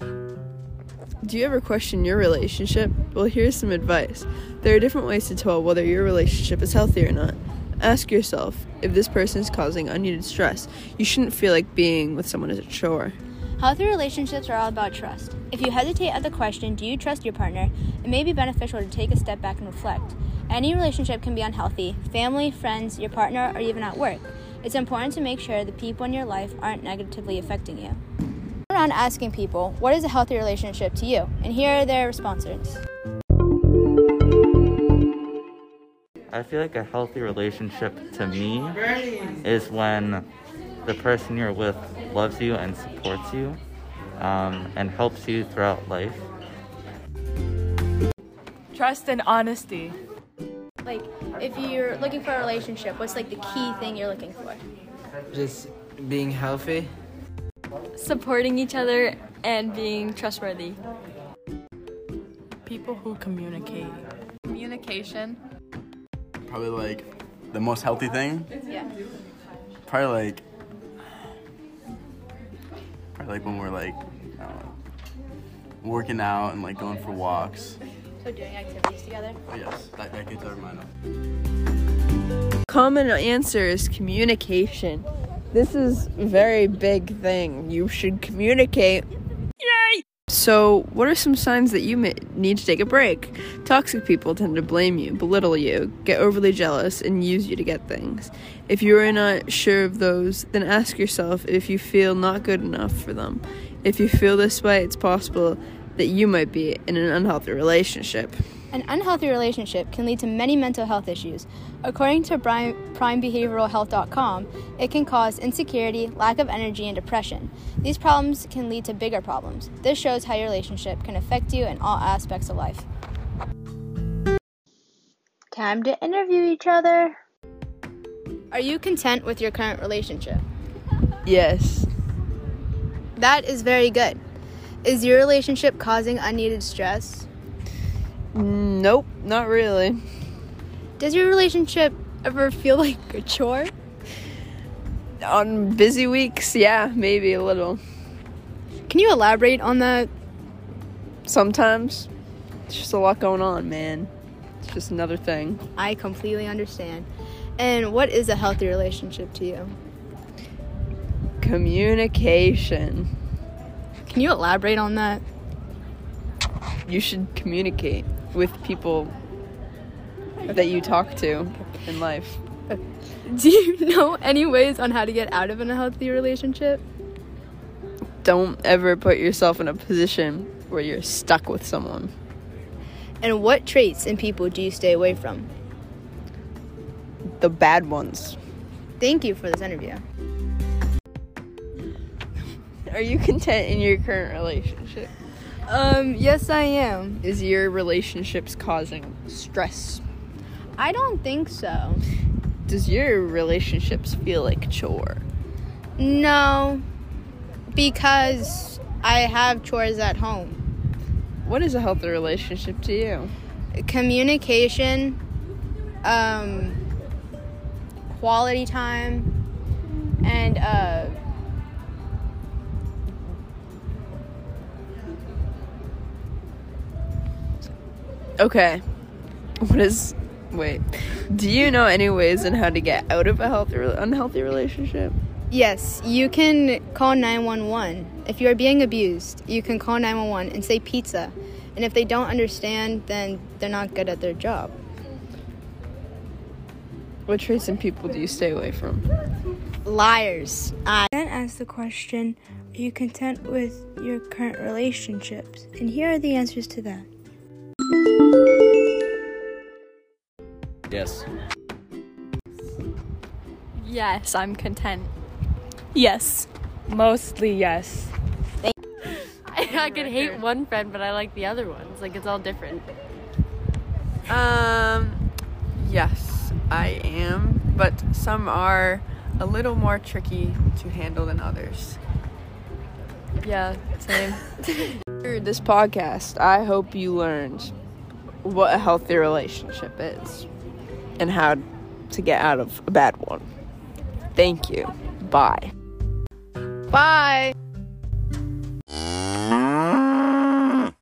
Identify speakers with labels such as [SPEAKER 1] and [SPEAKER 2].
[SPEAKER 1] Do you ever question your relationship? Well, here's some advice. There are different ways to tell whether your relationship is healthy or not. Ask yourself if this person is causing unneeded stress. You shouldn't feel like being with someone is a chore.
[SPEAKER 2] Healthy relationships are all about trust. If you hesitate at the question, do you trust your partner, it may be beneficial to take a step back and reflect. Any relationship can be unhealthy family, friends, your partner, or even at work. It's important to make sure the people in your life aren't negatively affecting you. Go around asking people, what is a healthy relationship to you? And here are their responses.
[SPEAKER 3] I feel like a healthy relationship to me is when the person you're with loves you and supports you um, and helps you throughout life.
[SPEAKER 4] Trust and honesty.
[SPEAKER 2] Like, if you're looking for a relationship, what's like the key thing you're looking for?
[SPEAKER 5] Just being healthy.
[SPEAKER 6] supporting each other and being trustworthy.
[SPEAKER 4] People who communicate.
[SPEAKER 7] Communication.
[SPEAKER 8] Probably like the most healthy thing.
[SPEAKER 2] Yeah.
[SPEAKER 8] Probably like probably like when we're like I don't know, working out and like going for walks.
[SPEAKER 2] So, doing activities together.
[SPEAKER 8] But yes, that, that gets our mind up.
[SPEAKER 1] Common answer is communication. This is a very big thing. You should communicate. Yay! So, what are some signs that you may need to take a break? Toxic people tend to blame you, belittle you, get overly jealous, and use you to get things. If you are not sure of those, then ask yourself if you feel not good enough for them. If you feel this way, it's possible that you might be in an unhealthy relationship.
[SPEAKER 2] An unhealthy relationship can lead to many mental health issues. According to Prime primebehavioralhealth.com, it can cause insecurity, lack of energy, and depression. These problems can lead to bigger problems. This shows how your relationship can affect you in all aspects of life. Time to interview each other. Are you content with your current relationship?
[SPEAKER 1] Yes,
[SPEAKER 2] That is very good. Is your relationship causing unneeded stress?
[SPEAKER 1] Nope, not really.
[SPEAKER 2] Does your relationship ever feel like a chore?
[SPEAKER 1] On busy weeks, yeah, maybe a little.
[SPEAKER 2] Can you elaborate on that?
[SPEAKER 1] Sometimes it's just a lot going on, man. It's just another thing.
[SPEAKER 2] I completely understand. And what is a healthy relationship to you?
[SPEAKER 1] Communication.
[SPEAKER 2] Can you elaborate on that?
[SPEAKER 1] You should communicate with people that you talk to in life.
[SPEAKER 2] Do you know any ways on how to get out of an unhealthy relationship?
[SPEAKER 1] Don't ever put yourself in a position where you're stuck with someone.
[SPEAKER 2] And what traits and people do you stay away from?
[SPEAKER 1] The bad ones.
[SPEAKER 2] Thank you for this interview.
[SPEAKER 1] Are you content in your current relationship?
[SPEAKER 2] Um, yes, I am.
[SPEAKER 1] Is your relationships causing stress?
[SPEAKER 2] I don't think so.
[SPEAKER 1] Does your relationships feel like a chore?
[SPEAKER 2] No, because I have chores at home.
[SPEAKER 1] What is a healthy relationship to you?
[SPEAKER 2] communication, um, quality time, and uh,
[SPEAKER 1] Okay. What is. Wait. Do you know any ways on how to get out of a healthy, re- unhealthy relationship?
[SPEAKER 2] yes, you can call 911. If you are being abused, you can call 911 and say pizza. And if they don't understand, then they're not good at their job.
[SPEAKER 1] What traits and people do you stay away from?
[SPEAKER 2] Liars. I.
[SPEAKER 9] Then ask the question, are you content with your current relationships? And here are the answers to that.
[SPEAKER 10] Yes.
[SPEAKER 6] Yes, I'm content. Yes.
[SPEAKER 4] Mostly yes.
[SPEAKER 7] I could hate one friend, but I like the other ones. Like it's all different.
[SPEAKER 11] Um, yes, I am, but some are a little more tricky to handle than others.
[SPEAKER 4] Yeah, same.
[SPEAKER 1] Through this podcast, I hope you learned what a healthy relationship is and how to get out of a bad one. Thank you. Bye.
[SPEAKER 4] Bye.